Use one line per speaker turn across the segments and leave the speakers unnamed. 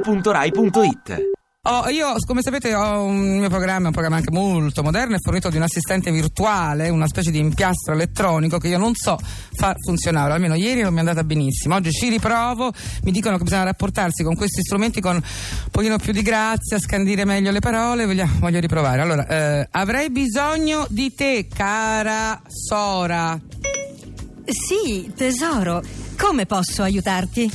radio2pod.rai.it
Ho- io, come sapete, ho un mio programma, un programma anche molto moderno, è fornito di un assistente virtuale, una specie di impiastro elettronico che io non so far funzionare, almeno ieri non mi è andata benissimo. Oggi ci riprovo, mi dicono che bisogna rapportarsi con questi strumenti con un pochino più di grazia, scandire meglio le parole, voglio, voglio riprovare. Allora, eh, avrei bisogno di te, cara Sora.
Sì, tesoro, come posso aiutarti?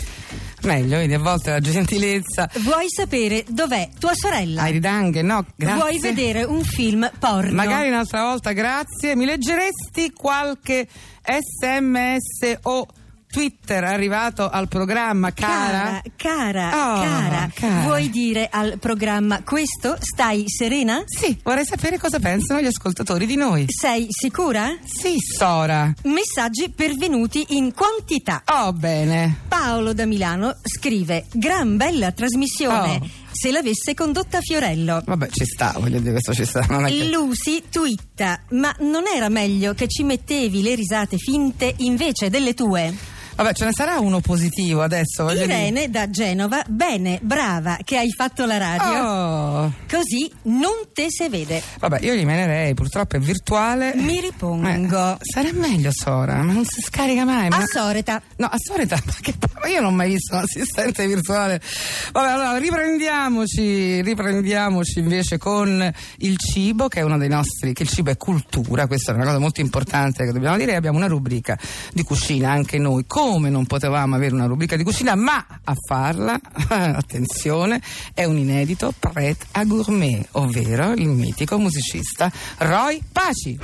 Meglio, vedi, a volte la gentilezza.
Vuoi sapere dov'è tua sorella?
Ai ridanghe, no? Grazie.
Vuoi vedere un film porno?
Magari un'altra volta, grazie. Mi leggeresti qualche sms o Twitter arrivato al programma, cara?
Cara, cara,
Oh,
cara,
cara.
vuoi dire al programma questo? Stai serena?
Sì, vorrei sapere cosa pensano gli ascoltatori di noi.
Sei sicura?
Sì, Sora.
Messaggi pervenuti in quantità.
Oh, bene.
Paolo da Milano scrive: Gran bella trasmissione.
Oh.
Se l'avesse condotta Fiorello.
Vabbè, ci sta, voglio dire, questo ci sta. Non è che...
Lucy twitta: Ma non era meglio che ci mettevi le risate finte invece delle tue?
Vabbè, ce ne sarà uno positivo adesso, voglio dire.
Irene da Genova, bene, brava che hai fatto la radio.
Oh.
Così non te se vede.
Vabbè, io rimanerei, purtroppo è virtuale.
Mi ripongo. Ah,
Eh, sarà meglio, Sora, ma non si scarica mai. Eh, ma-
A Soreta.
No, a solita, ma che- ma io non ho mai visto un assistente virtuale. Vabbè, allora riprendiamoci, riprendiamoci invece con il cibo, che è uno dei nostri, che il cibo è cultura, questa è una cosa molto importante che dobbiamo dire. Abbiamo una rubrica di cucina anche noi, come non potevamo avere una rubrica di cucina, ma a farla, attenzione, è un inedito prêt à gourmet, ovvero il mitico musicista Roy Paci.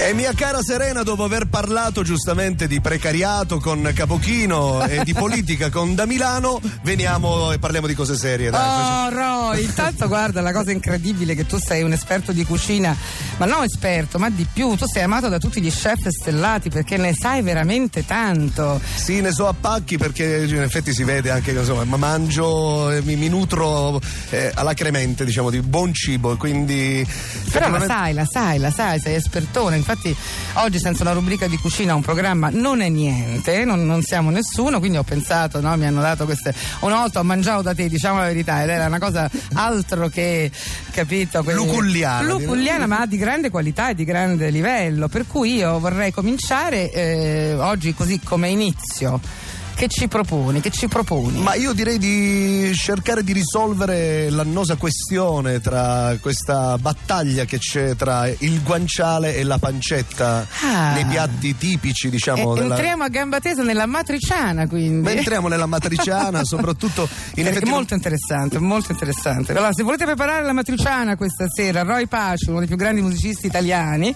E mia cara Serena, dopo aver parlato giustamente di precariato con Capochino e di politica con Da Milano, veniamo e parliamo di cose serie. Dai,
Oh Roy, intanto guarda la cosa incredibile è che tu sei un esperto di cucina, ma non esperto, ma di più, tu sei amato da tutti gli chef stellati perché ne sai veramente tanto.
Sì, ne so a pacchi perché in effetti si vede anche, insomma, ma mangio, eh, mi, mi nutro eh, alacremente, diciamo, di buon cibo, quindi...
Però la
effettivamente-
sai, la sai, la sai, sei espertone. Infatti oggi senza una rubrica di cucina un programma non è niente, non, non siamo nessuno, quindi ho pensato, no, mi hanno dato queste... Una volta ho mangiato da te, diciamo la verità, ed era una cosa altro che, capito? quel-
Luculliana,
Luculliana, ma di grande qualità e di grande livello. Per cui io vorrei cominciare eh, oggi così come inizio. Che ci proponi? Che ci proponi?
Ma io direi di cercare di risolvere l'annosa questione tra questa battaglia che c'è tra il guanciale e la pancetta
Ah.
nei piatti tipici,
Eh,
diciamo, della...
entriamo a gamba tesa nella matriciana, quindi.
Ma entriamo nella matriciana, soprattutto in
Perché
effetti.
è molto interessante, molto interessante. Allora, se volete preparare la matriciana questa sera, Roy Paci, uno dei più grandi musicisti italiani,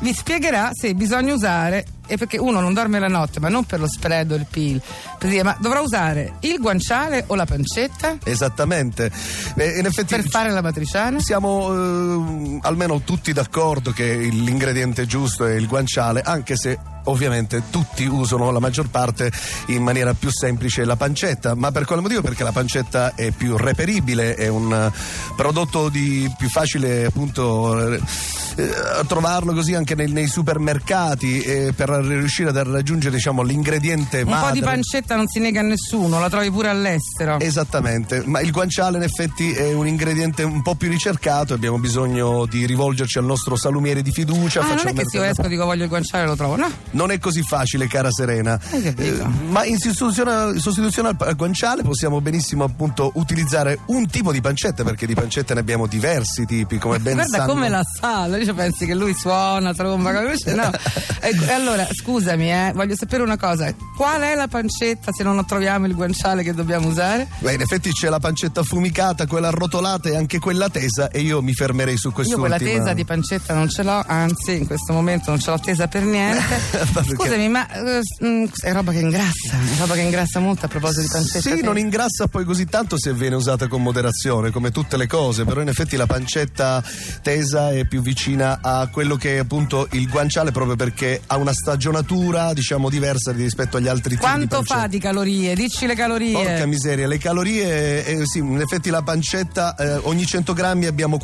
vi spiegherà se bisogna usare, e perché uno non dorme la notte, ma non per lo spread o il peel, per dire, ma dovrà usare il guanciale o la pancetta
Esattamente. Eh, in effetti
per fare la matriciana?
siamo ehm, almeno tutti d'accordo che il- l'ingrediente giusto è il guanciale, anche se ovviamente tutti usano la maggior parte in maniera più semplice la pancetta, ma per quale motivo? Perché la pancetta è più reperibile, è un eh, prodotto di più facile appunto eh, eh, trovarlo così anche nei, nei supermercati eh, per riuscire a raggiungere diciamo l'ingrediente
Un po' di
madre. Eh,
pancetta non si nega a nessuno, la trovi pure all'estero.
Esattamente, ma il guanciale in effetti è un ingrediente un po' più ricercato e abbiamo bisogno di rivolgerci al nostro salumiere di fiducia.
Ah, non
faccio
è
il
che se io
mercato-
esco e dico voglio il guanciale e lo trovo, no?
Non è così facile, cara Serena. Eh,
Hai capito.
ma in sostituzione, sostituzione al, al guanciale possiamo benissimo appunto utilizzare un tipo di pancetta, perché di pancette ne abbiamo diversi tipi, come ben
Guarda
sanno.
come la sa, lui dice, pensi che lui suona, tromba, come invece no. Ecco, E, e allora, scusami, eh, voglio sapere una cosa. Qual è la pancetta se non troviamo il guanciale che dobbiamo usare?
Beh, in effetti c'è la pancetta affumicata, quella arrotolata e anche quella tesa e io mi fermerei su
Io
quest'ultima.
quella tesa di pancetta non ce l'ho, anzi in questo momento non ce l'ho tesa per niente.
perché?
Scusami, ma eh, s- mm, è roba che ingrassa, è roba che ingrassa molto a proposito di pancetta.
Sì,
tesa.
non ingrassa poi così tanto se viene usata con moderazione, come tutte le cose, però in effetti la pancetta tesa è più vicina a quello che è appunto il guanciale proprio perché ha una, sta- stagionatura, diciamo, diversa rispetto agli altri tipi di
Quanto
pancetta.
fa di calorie? Dici le calorie.
Porca miseria, le calorie, eh, sì, in effetti la pancetta, eh, ogni 100 grammi abbiamo
Ah, la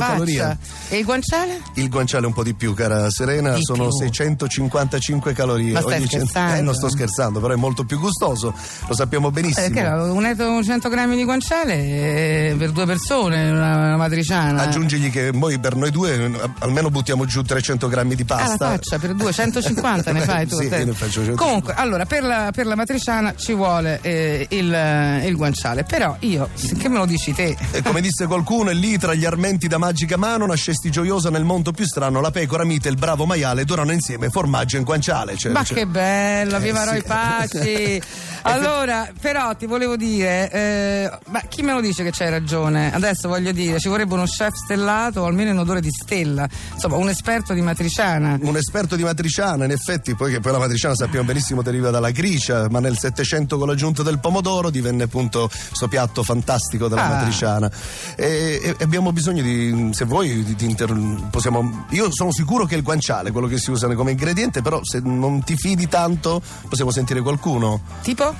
faccia.
calorie.
E il guanciale?
Il guanciale un po' di più, cara Serena,
Di
sono
più.
655 calorie.
Ma stai
ogni cento-
scherzando?
Eh, non sto scherzando, però è molto più gustoso, lo sappiamo benissimo.
Perché no, Eh, un etto- un 100 grammi di guanciale eh, per due persone, una, una matriciana.
Aggiungigli che poi per noi due eh, almeno buttiamo giù 300 grammi di
Ah, la
pasta.
faccia per due, 150 ne fai tu.
Sì,
te.
io ne faccio 150.
Comunque, allora, per la, per la matriciana ci vuole eh, il, il guanciale. Però io, se- che me lo dici te?
E come disse qualcuno, e lì tra gli armenti da magica mano nascesti gioiosa nel mondo più strano, la pecora mite e il bravo maiale durano insieme formaggio in guanciale. Cioè,
Ma
cioè-
che bello,
Eh,
viva
sì. Eh,
Roy Paci! Allora, però ti volevo dire, eh, ma chi me lo dice che c'hai ragione? Adesso voglio dire, ci vorrebbe uno chef stellato o almeno in odore di stella, insomma, un esperto di matriciana.
Un esperto di matriciana, in effetti, poi che poi la matriciana sappiamo benissimo deriva dalla gricia, ma nel Settecento con l'aggiunta del pomodoro divenne appunto questo piatto fantastico della
Ah.
matriciana. E, e- e abbiamo bisogno di, se vuoi, di, di inter- possiamo- io sono sicuro che il guanciale è quello che si usa come ingrediente, però se non ti fidi tanto possiamo sentire qualcuno.
Tipo?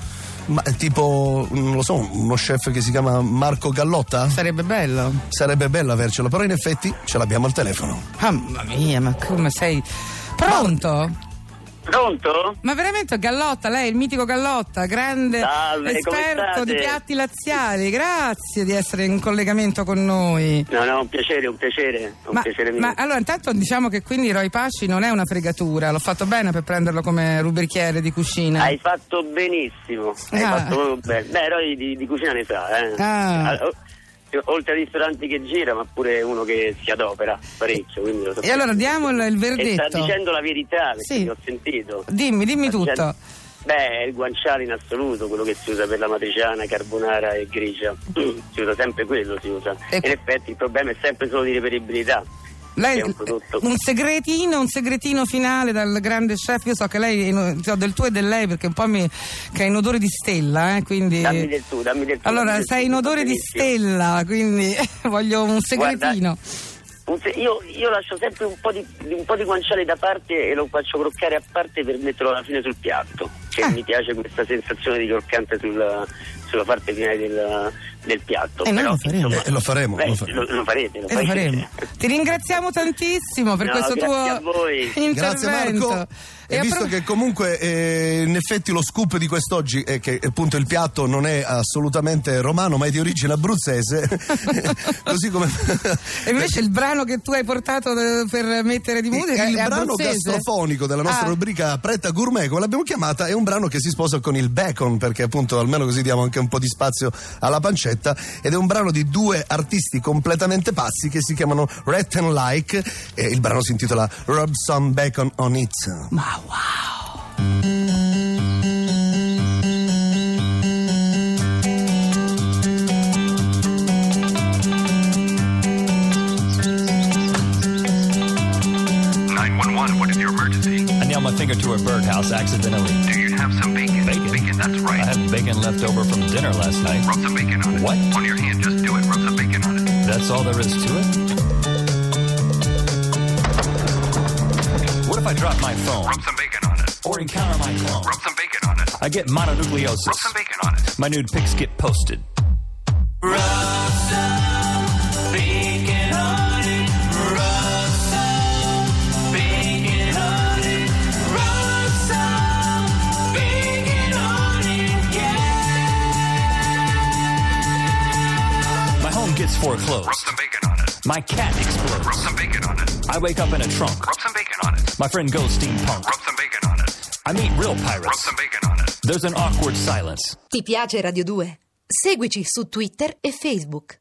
Ma eh, tipo, non lo so, uno chef che si chiama Marco Gallotta?
Sarebbe bello.
Sarebbe bello avercelo, però in effetti ce l'abbiamo al telefono.
Ah, Mamma mia, ma come sei pronto?
Pronto?
Ma veramente Gallotta, lei, il mitico Gallotta, grande
Salve, come
esperto di
state?
piatti laziali. Grazie di essere in collegamento con noi.
No, no, un piacere, un piacere, un
Ma,
piacere mio.
ma allora intanto diciamo che quindi Roy Paci non è una fregatura, l'ho fatto bene per prenderlo come rubrichiere di cucina.
Hai fatto benissimo, hai
Ah.
fatto proprio bene. Beh, Roy di, di cucina ne sa, eh.
Ah.
Allora, o- Oltre ai ristoranti che gira, ma pure uno che si adopera parecchio, quindi lo so.
E allora diamo il, il
E sta
verdetto.
dicendo la verità, perché
Sì.
mi ho sentito.
Dimmi, dimmi
Sta
tutto.
dicendo- Beh, è il guanciale in assoluto, quello che si usa per la matriciana, carbonara e grigia. si usa sempre quello, si usa.
E-
In effetti il problema è sempre solo di reperibilità.
Lei- eh,
è un prodotto.
un segretino, un segretino finale dal grande chef. Io so che lei, so del tuo e del lei, perché un po' mi. che è in odore di stella, eh, quindi.
Dammi del tu, dammi del tu. dammi
Allora,
del tu,
sei in
va
odore di
benissimo.
stella, quindi voglio un segretino.
Un se- Io, io lascio sempre un po, di, di- un po' di guanciale da parte e lo faccio croccare a parte per metterlo alla fine sul piatto. Che
Ah.
mi piace questa sensazione di croccante sulla, sulla parte finale del, del piatto.
Eh, noi
Però,
lo faremo.
insomma,
Eh, lo faremo,
beh,
lo faremo.
Lo, lo farete, lo
E lo
farete. cioè.
faremo. Ti ringraziamo tantissimo per
No,
questo tuo
grazie a voi.
intervento.
Grazie Marco. E,
a
visto
pro-
che comunque eh, in effetti lo scoop di quest'oggi è che appunto il piatto non è assolutamente romano ma è di origine abruzzese, così come
E invece il brano che tu hai portato eh, per mettere di musica
il
è
brano
abruzzese?
gastrofonico della nostra
Ah.
rubrica Pretta Gourmet, come l'abbiamo chiamata, è un brano che si sposa con il bacon, perché appunto almeno così diamo anche un po' di spazio alla pancetta. Ed è un brano di due artisti completamente pazzi che si chiamano Rat and Like. E il brano si intitola Rub Some Bacon on It.
Ma wow!
what is your emergency?
I nailed my finger to a birdhouse accidentally.
Do you have some bacon?
Bacon?
that's
I
right.
had bacon left over from dinner last night.
Rub some bacon on it.
What?
On your hand, just do it. Rub some bacon on it.
That's all there is to it? What if I drop my phone
Rub some bacon on it.
or encounter my clone?
Rub some bacon on it.
I get mononucleosis.
Rub some bacon on it.
My nude pics get posted. My home gets
Rub
foreclosed.
some bacon on it.
My cat
Rub
explodes.
some bacon on it.
I wake up in a trunk.
Rub some bacon on it.
My friend goes steampunk.
Rub some bacon on it.
I meet real
Rub
pirates.
some bacon on it.
There's an awkward silence.
Ti piace Radio 2? Seguici su Twitter e Facebook.